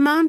Mom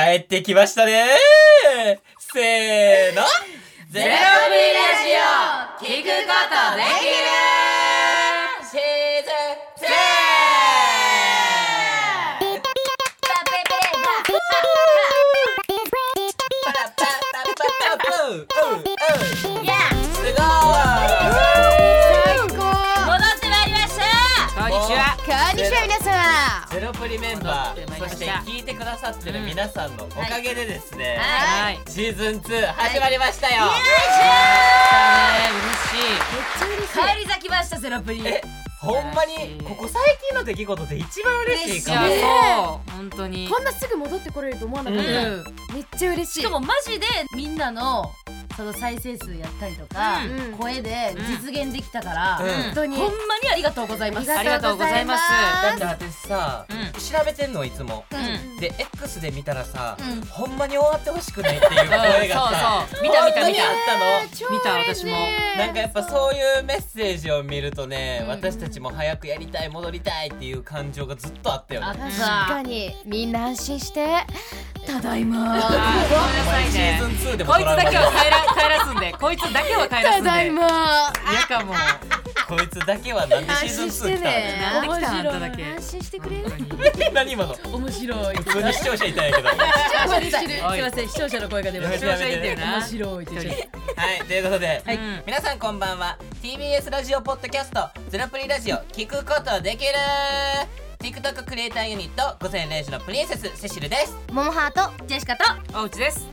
ってきましたねせーのゼロビラジオ聞くことできるシーズンすごい 2! いや戻ってまいりましたこんにちはこんにちは皆さゼロプリメンバ戻ってまーいりそまししてた聞いてくださってる皆さんのおかげでですね、ははいいシーズン2始まりましたよ、ね帰り咲きましたゼロプリえほんまにここ最近の出来事で一番嬉しい嬉しいかいもやそう本当にんこんなすぐ戻ってこれると思わなかうっんた、めっちゃ嬉しいしかもマジでみんなのその再生数やったりとかうん声で実現できたからうん本当にほんまにありがとうございますありがとうございますだって私さ、うん調べてんのいつも、うで X で見たらさ、うんほんまに終わってほしくないっていう声がさ、うんそうそう見たほ見たんまに見たあった超見た私ものなんかやっぱそういうメッセージを見るとね、私たちも早くやりたい戻りたいっていう感情がずっとあったよあっねた確かにみんな安心してただいまあーごめんなさいシねーズン2でもこいつだけはは帰ら帰らすんでこいつだけは帰らすたんだいでま嫌かもこいつだけはなんでシ安心ーズしン2て来たんねなんで来たあんただけ安心してくれ何今の面白い普通に視聴者いたんやけどは視聴者ですいおいません視聴者の声が出まやしめてたやめて面白いって言っちゃったいということで、い皆さんこんばんは TBS ラジオポッドキャスト「ゼロプリラジオ」聞くことできる TikTok クリエイターユニット午前0時のプリンセスセシルですモモハートジェシカとおうちです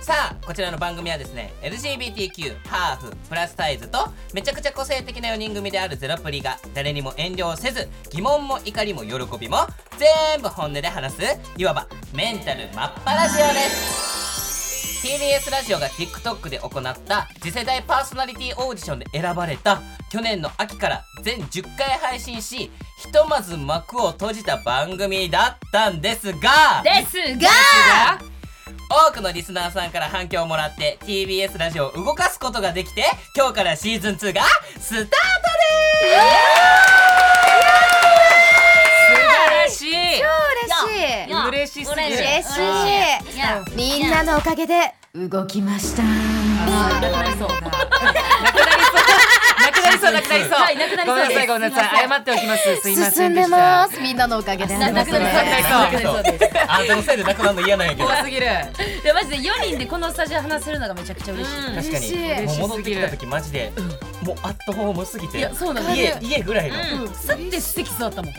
さあこちらの番組はですね LGBTQ ハーフプラスサイズとめちゃくちゃ個性的な4人組であるゼロプリが誰にも遠慮をせず疑問も怒りも喜びも全部本音で話すいわばメンタルマッパラジオです TBS ラジオが TikTok で行った次世代パーソナリティオーディションで選ばれた去年の秋から全10回配信しひとまず幕を閉じた番組だったんですがですがあ多くのリスナーさんから反響をもらって TBS ラジオを動かすことができて今日からシーズン2がスタート素晴らしい超嬉しいや嬉しすぎる嬉嬉しいいやみんなのおかげで動きましたあーなくなりそうなくなりそうなくなりそうなくなりそうはいなくなりそうごめんなさいごめんなさい謝っておきますすいませ進んんででしたますみんなのおかげでななくなりそうですなくなりそうあんたのせいでなくなるの嫌なんやけど怖すぎるいやマジで4人でこのスタジオ話せるのがめちゃくちゃ嬉しい、うん確かに嬉しいもう戻ってきた時マジで、もうアットホームすぎていやそうなん家で家ぐらいの、いすうんすって席座ったもん、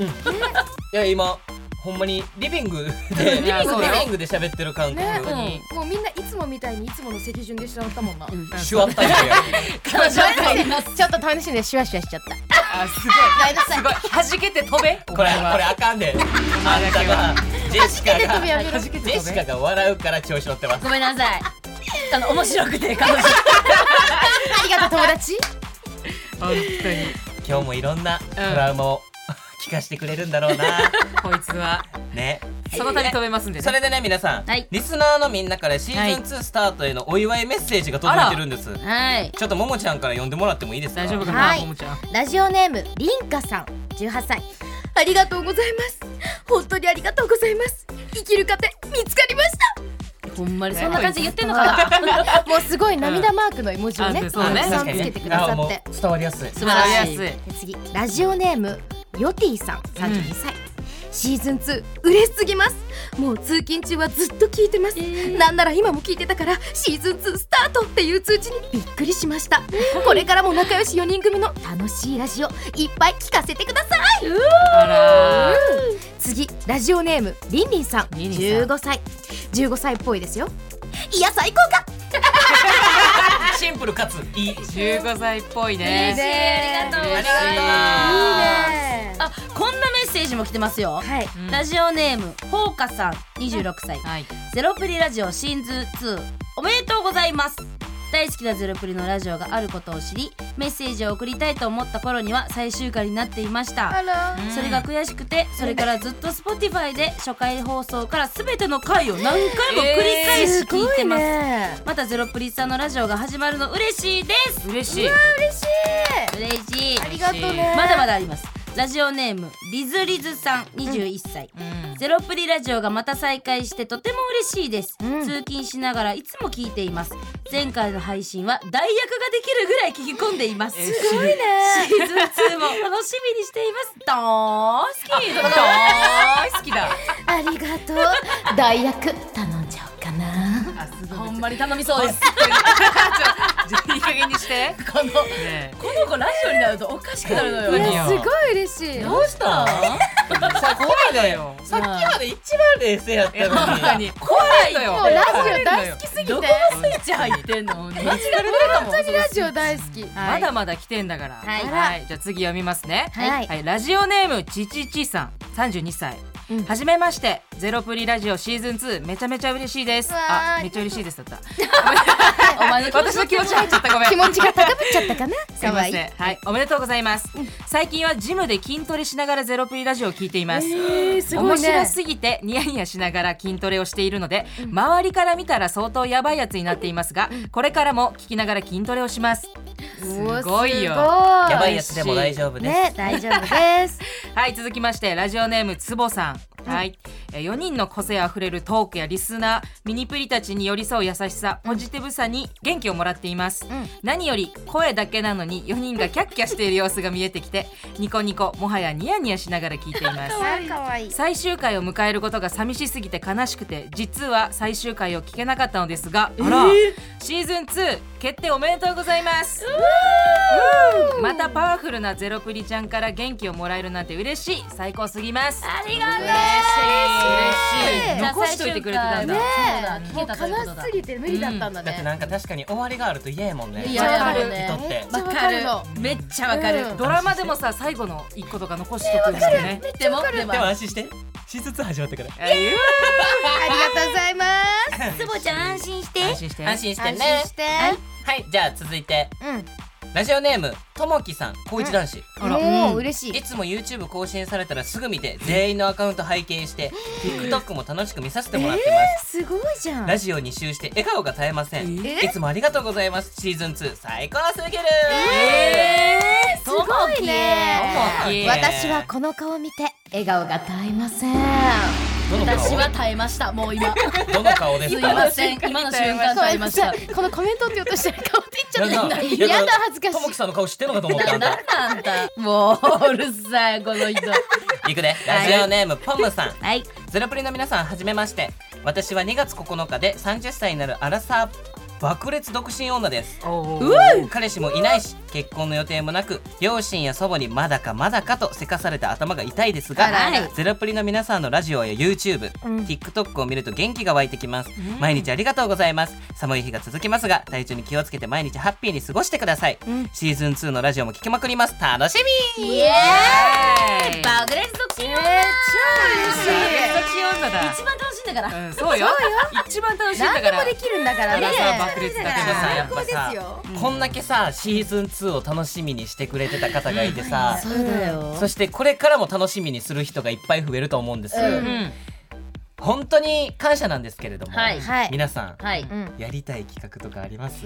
や今ほんまにリビングでうんリビンそグうよリビングで喋ってる感覚ねに、もうみんないつもみたいにいつもの席順でしちゃったもんな、シュワッタリや 彼女は帰りますちょっと楽しんでシュワシュワしちゃったあすごいすごい弾けて飛べこれこれあかんで、あんたがジェシカが飛び上げる弾けてジェ飛シべカが笑うから調子乗ってますごめんなさいあの面白くて彼女ありがとう友達本当に今日もいろんなトラウマを 聞かせてくれるんだろうなこいつはねその度飛べますんでそねれでね皆さん、はいリスナーのみんなからシーズン2スタートへのお祝いメッセージが届いてるんです、はいちょっとももちゃんから呼んでもらってもいいですか大丈夫かはないももちゃんラジオネームりんかさん18歳ありがとうございます本当にありがとうございます生きる糧見つかりましほんまにそんな感じで言ってんのかな たもうすごい涙マークの絵文字をね、うんあそうあねたくさ確んかにつねけてくださあもっうて伝わりやすい素晴らしいわかりやすで次ラジオネームヨティさん32歳、シーズン2嬉しすぎますもう通勤中はずっと聞いてます、なんなら今も聞いてたからシーズン2スタートっていう通知にびっくりしましたこれからも仲良し4人組の楽しいラジオいっぱい聞かせてくださいあら次ラジオネームりんりんさんりんりんさん15歳15歳っぽいですよいや最高かシンプルかついい ー15歳っぽいね嬉しいありがとうございますあねあこんなメッセージもも来てますよ、はいうんラジオネームほうかさん26歳、はい。ゼロプリラジオシーズン2おめでとうございます大好きなゼロプリのラジオがあることを知りメッセージを送りたいと思った頃には最終回になっていましたらうんそれが悔しくてそれからずっと Spotify で初回放送から全ての回を何回も繰り返しす聞いごています,、ねまたゼロプリさんのラジオが始まるの嬉しいです嬉しい。嬉しい嬉しいありがとうねまだまだありますラジオネームリズリズさん21歳、うんゼロプリラジオがまた再開してとても嬉しいです、うん通勤しながらいつも聞いています前回の配信は代役ができるぐらい聞き込んでいますシーすごいね。ズン2も楽しみにしていますどー好き大好きだ。ありが とう代役頼んじゃおうかなあ、すごい。ほんまに頼みそうですちょっといい加減にして。このねこの子ラジオになるとおかしくなるのいよやすごい嬉しいどうしたえ。これだよ。さっきまで一番冷静やっいや、たの本当にに。怖いのよ。もうラジオ大好きすぎてど本こがスイッチ入ってんのマジで当にラジオ大好きまだまだ来てんだから。はいはい。じゃあ次読みますね。はいはい、ラジオネームちちちさん、三十二歳うん。はじめまして、ゼロプリラジオシーズン2めちゃめちゃ嬉しいです。うわーあ、めっちゃ嬉しいですだった。お前の気持私ちの気持ち入っちゃったごめん気。持ちが高ぶっちゃったかなすい可ま愛せいん。はい、おめでとうございます。最近はジムで筋トレしながらゼロプリラジオを聞いています。えーすご面いね白すぎてニヤニヤしながら筋トレをしているので、周りから見たら相当やばいやつになっていますが、これからも聞きながら筋トレをします。すうおごいよ。すごいやばいやつでも大丈夫です。ね大丈夫 ですはい続きましてラジオネームつぼさんはい、え4人の個性あふれるトークやリスナーミニプリたちに寄り添う優しさポジティブさに元気をもらっています、ん何より声だけなのに4人がキャッキャしている様子が見えてきてニコニコもはやニヤニヤしながら聞いています可愛い最終回を迎えることが寂しすぎて悲しくて実は最終回を聞けなかったのですがあら、シーズン2決定おめでとうございますうんまたパワフルなゼロプリちゃんから元気をもらえるなんて嬉しい最高すぎますありがとうじ嬉しいゃあ残しといてくれてたんだ、最終回はねえそもううだ聞けたということだ悲しすぎて無理だったんだだってねなんか確かに終わりがあると嫌やもんね。嫌やわかもんるね人って。めっちゃわかるのめっちゃわかる、うんドラマでもさ最後の一個とか残しとくんだよねでもでもでも安心して。手術始まったから。あいやありがとうございますつぼちゃん安心して安心して安心して安ね。心してはい、じゃあ続いて。うんラジオネーム、ともきさん、高一男子。あらもううん嬉しいいつも YouTube 更新されたらすぐ見て全員のアカウント拝見して TikTok も楽しく見させてもらってますすごいじゃんラジオ2周して笑顔が絶えませんえいつもありがとうございますシーズン2最高すぎるえすごいねともき私はこの顔を見て笑顔が絶えませんどの私顔は耐えましたもう今どの顔ですすいかません今の瞬間耐えましたこのコメントって言おうとしたら顔って言っちゃったいややなだ恥ずかしともいきさんの顔知ってるのかと思った んだなんだもううるさいこの人いくでラジオネームポムさんはいゼロプリの皆さんはじめまして私は2月9日で30歳になるアラサー爆裂独身女ですおうーわ彼氏もいないし結婚の予定もなく両親や祖母にまだかまだかとせかされた頭が痛いですがあらあらゼロプリの皆さんのラジオや YouTube、TikTok を見ると元気が湧いてきます、毎日ありがとうございます寒い日が続きますが体調に気をつけて毎日ハッピーに過ごしてください、シーズン2のラジオも聞きまくります楽しみイエイエーーイイ爆裂独身女めっちゃ器用女だ一番楽しいんだからうん、そうよ一番楽しいんだから何でもできるんだからアねラサー爆裂だけどさ最高ですよこんだけさシーズン2を楽しみにしてくれてた方がいてさ、そうだよそしてこれからも楽しみにする人がいっぱい増えると思うんです、うんうん本当に感謝なんですけれども、はいはい皆さん、はいいやうんやりたい企画とかあります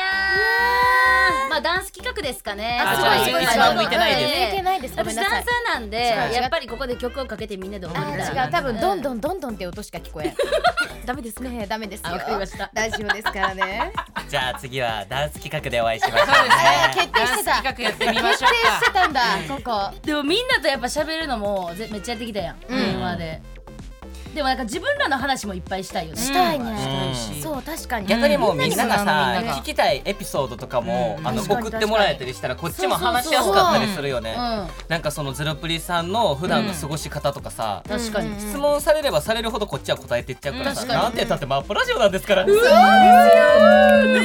ーまあダンス企画ですかねあすごいそうすごい一番向いてないですすご向いてないですごめ私んなダさンいサーなんで違うやっぱりここで曲をかけてみんなで踊りあたいー違う多分どんんどんどんどんって音しか聞こえ んダメですねダメですよあわかりましたラジオですから ねじゃあ次はダンス企画でお会いしましょそううですねあー決定してたダンス企画やってみま停止しょうしてかたんだここでもみんなとやっぱ喋るのもぜめっちゃやってきたやんうん電話ででもなんか自分らの話もいっぱいしたいよねしたいうんね、そう確かに逆にもうみんながみさんなが聞きたいエピソードとかも、うんあの確かに送ってもらえたりしたらこっちもそうそう話そうしやすかったりするよね、うんなんかそのゼロプリさんの普段の過ごし方とかさ、確かにうん質問されればされるほどこっちは答えていっちゃうからさ、うん確かになんて言ったってマップラジオなんですから、脱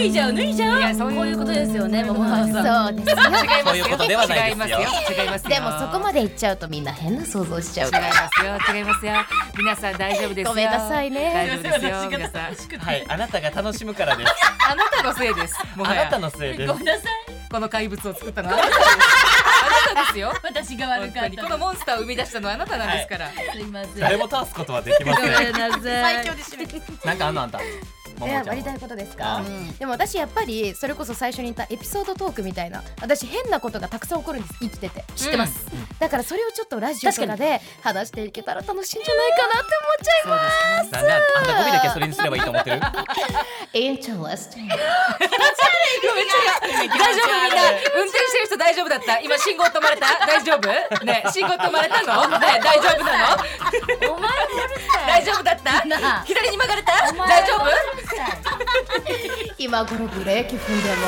いじゃう脱いじいゃやうそういうこういうことですよね桃原さんそうですよ違いますそういようことではない違いますですよよ違いますよでもそこまで言っちゃうとみんな変な想像しちゃう違いかまらすよ違いますよ皆さん大丈夫ですよごめんなさいね大丈夫ですよすいません皆さんはいあなたが楽しむからですあなたのせいですもあはなやたのせいですごめんなさいこの怪物を作ったのはあなたですあなたですよ私が本悪か当っにたこのモンスターを生み出したのはあなたなんですから、すいません誰も倒すことはできまごせんめんなさいで 締めてなんかあんのあんたもえもちやゃんりたはいことですか、うんでも私やっぱりそれこそ最初に言ったエピソードトークみたいな私変なことがたくさん起こるんです生きてて知ってます、だからそれをちょっとラジオとかで話していけたら楽しいんじゃないかなって思っちゃいまなんであんた語尾だけそれにすればいいと思ってるす Interesting 大丈夫みんな運転してる人大丈夫だった今信号止まれた大丈夫ね信号止まれたのね大丈夫なのお前もうるさい大丈夫だったなあ左に曲がれたお前大丈夫もうるさい今頃ブレーキ踏んでま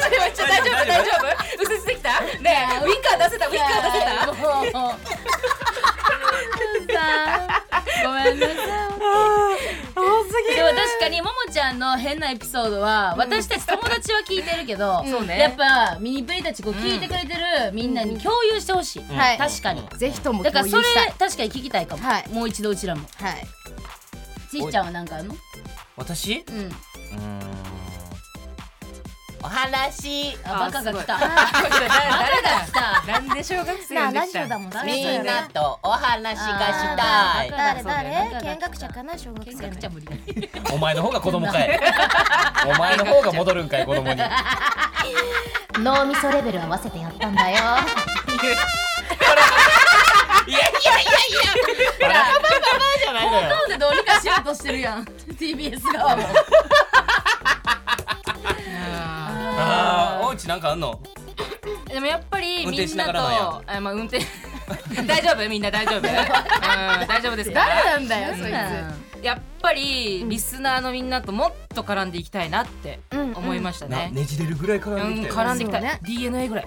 大丈夫大丈夫大丈夫右折できたねえウインカー出せたウインカー出せたもうごめんなさいでも確かにももちゃんの変なエピソードは私たち友達は聞いてるけど、そうねやっぱミニプリたちこう聞いてくれてるみんなに共有してほしんい、はい確かに、ぜひともだ共から有それしたい確かに聞きたいかも、はいもう一度うちらもはいちいちゃんは何かあるの私ううーんんお話あバカが来たババカがカが来たなんで小学生な呼あんでラきジたオだもんねみんなとお話あーバカ誰だそうだよ誰バカが見来た学者かな小学見生学ちゃ無理だお前の方が子供かいお前の方が戻るんかい子供に脳みそレベル合わせてやったんだよいやいやいやいやバカバカじゃないのよなんでどうにかしようとしてる やん TBS 側もあーおうちなんかあんのでもやっぱり運み転しんなながとらなんやあまあ運転 大丈夫みんな大丈夫、うん、大丈夫ですかんだようんやっぱりリスナーのみんなともっと絡んでいきたいなって思いましたなね。ねじれるぐらい絡うんんできたよ絡んできたそうね DNA ぐらい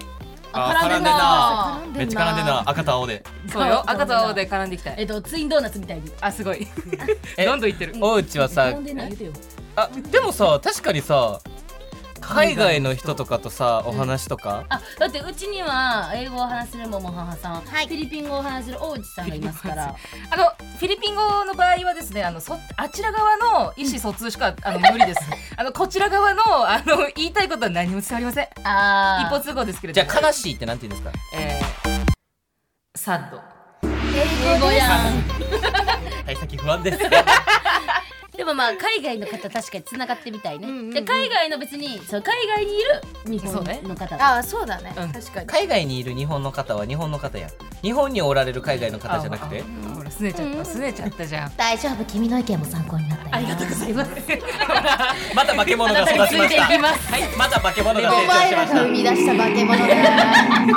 あー絡んでんなな絡んでんなめっちゃ絡んでんな赤と青でそうよ赤と青で絡んでいきたえいっとツインドーナツみたいにあすご いえどんどんいってるおうちはさ並んでんの言うてよあでもさ確かにさ海外の人とかとさお話とか、あだってうちには英語を話せるももははさん、フィリピン語を話せる大内さんがいますからあのフィリピン語の場合はですねあのそあちら側の意思疎通しかあの無理です あのこちら側のあの言いたいことは何も伝わりませんあー一歩通行ですけれじどゃもあ悲しいってなんて言うんですかえー、サッド英語やんはい先不安です でもまあ海外の方確かにつながってみたいね、んうんうんで海外の別にそう海外にいる日そうね本の方、ああそうだねうん確かに海外にいる日本の方は日本の方や日本におられる海外の方じゃなくてああほらすねちゃったすねちゃったじゃん大丈夫君の意見も参考になったよありがとうございますまた化け物が育ちまついしていたきますはいまた化け物がお成長前しまらしが生み出した化け物だなな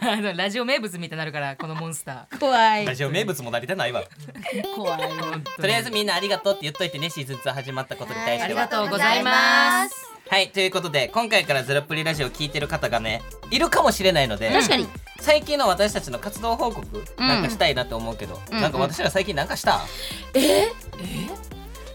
あのラジオ名物みたいになるからこのモンスター怖たラいジオ名物もなりたないわ怖いとりあえずみんなありがとうって言っといてねシーズン2始まったことに対してはありがとうございますはいということで今回からゼロプリラジオ聞いてる方がねいるかもしれないので確かに最近の私たちの活動報告なんかしたいなと思うけど、なんか私ら最近なんかした、え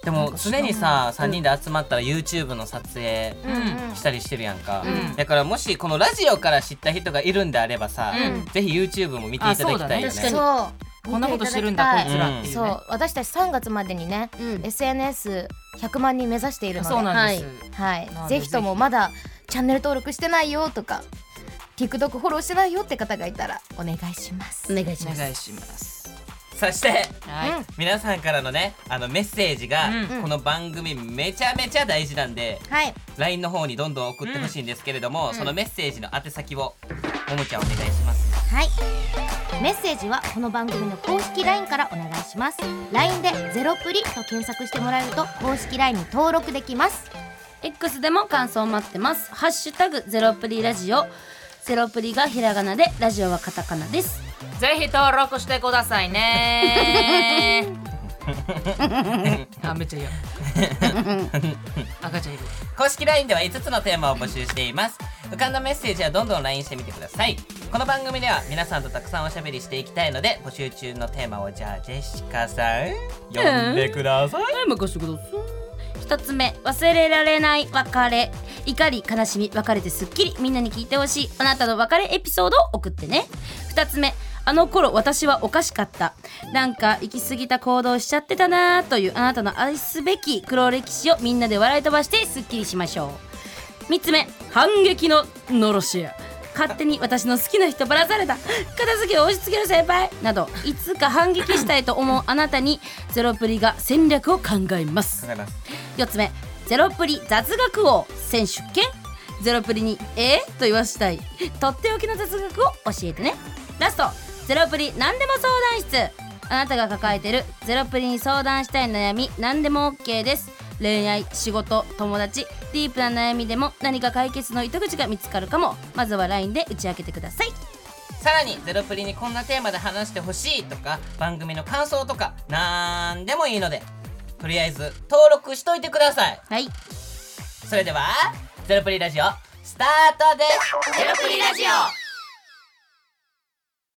でも常にさ3人で集まったら YouTube の撮影うんしたりしてるやんか、うんだからもしこのラジオから知った人がいるんであればさ、うんぜひ YouTube も見ていただきたいよねあそうだね確かにそうこんなことしてるんだこいつらっていう、ねそう私たち3月までにねうん SNS100 万人目指しているのでそうなんです、ははいなのでぜひともまだチャンネル登録してないよとか TikTok フォローしてないよって方がいたらお願いしますお願いしまおす願いしますそしてはい、うん皆さんからのねあのメッセージが、うんこの番組めちゃめちゃ大事なんではい LINE の方にどんどん送ってほしいんですけれども、そのメッセージの宛先をももちゃんお願いしますはいメッセージはこの番組の公式 LINE からお願いします LINE で「ゼロプリ」と検索してもらえると公式 LINE に登録できます X でも感想待ってます。ハッシュタグゼロプリラジオ。ゼロプリがひらがなで、ラジオはカタカナです。ぜひ登録してください ねあめっ ちゃ嫌赤ちゃんいる公式 LINE では5つのテーマを募集しています浮かんだメッセージはどんどん LINE してみてくださいこの番組では皆さんとたくさんおしゃべりしていきたいので募集中のテーマをじゃあジェシカさん呼んでください、はい任せてください一つ目忘れられない別れ怒り悲しみ別れてすっきりみんなに聞いてほしいあなたの別れエピソードを送ってね二つ目あの頃私はおかしかったなんか行き過ぎた行動しちゃってたなというあなたの愛すべき黒歴史をみんなで笑い飛ばしてすっきりしましょう3つ目反撃ののろしや勝手に私の好きな人ばらされた片付けを押し付ける先輩などいつか反撃したいと思うあなたにゼロプリが戦略を考えますわかります4つ目ゼロプリ雑学王選手権ゼロプリに「えー?」と言わしたいとっておきの雑学を教えてねラストゼロプリ何でも相談室あなたが抱えてるゼロプリに相談したい悩み何でも OK です恋愛仕事友達ディープな悩みでも何か解決の糸口が見つかるかもまずは LINE で打ち明けてくださいさらにゼロプリにこんなテーマで話してほしいとか番組の感想とかなんでもいいのでとりあえず登録しといてくださいはいそれではゼロプリラジオスタートですゼロプリラジオ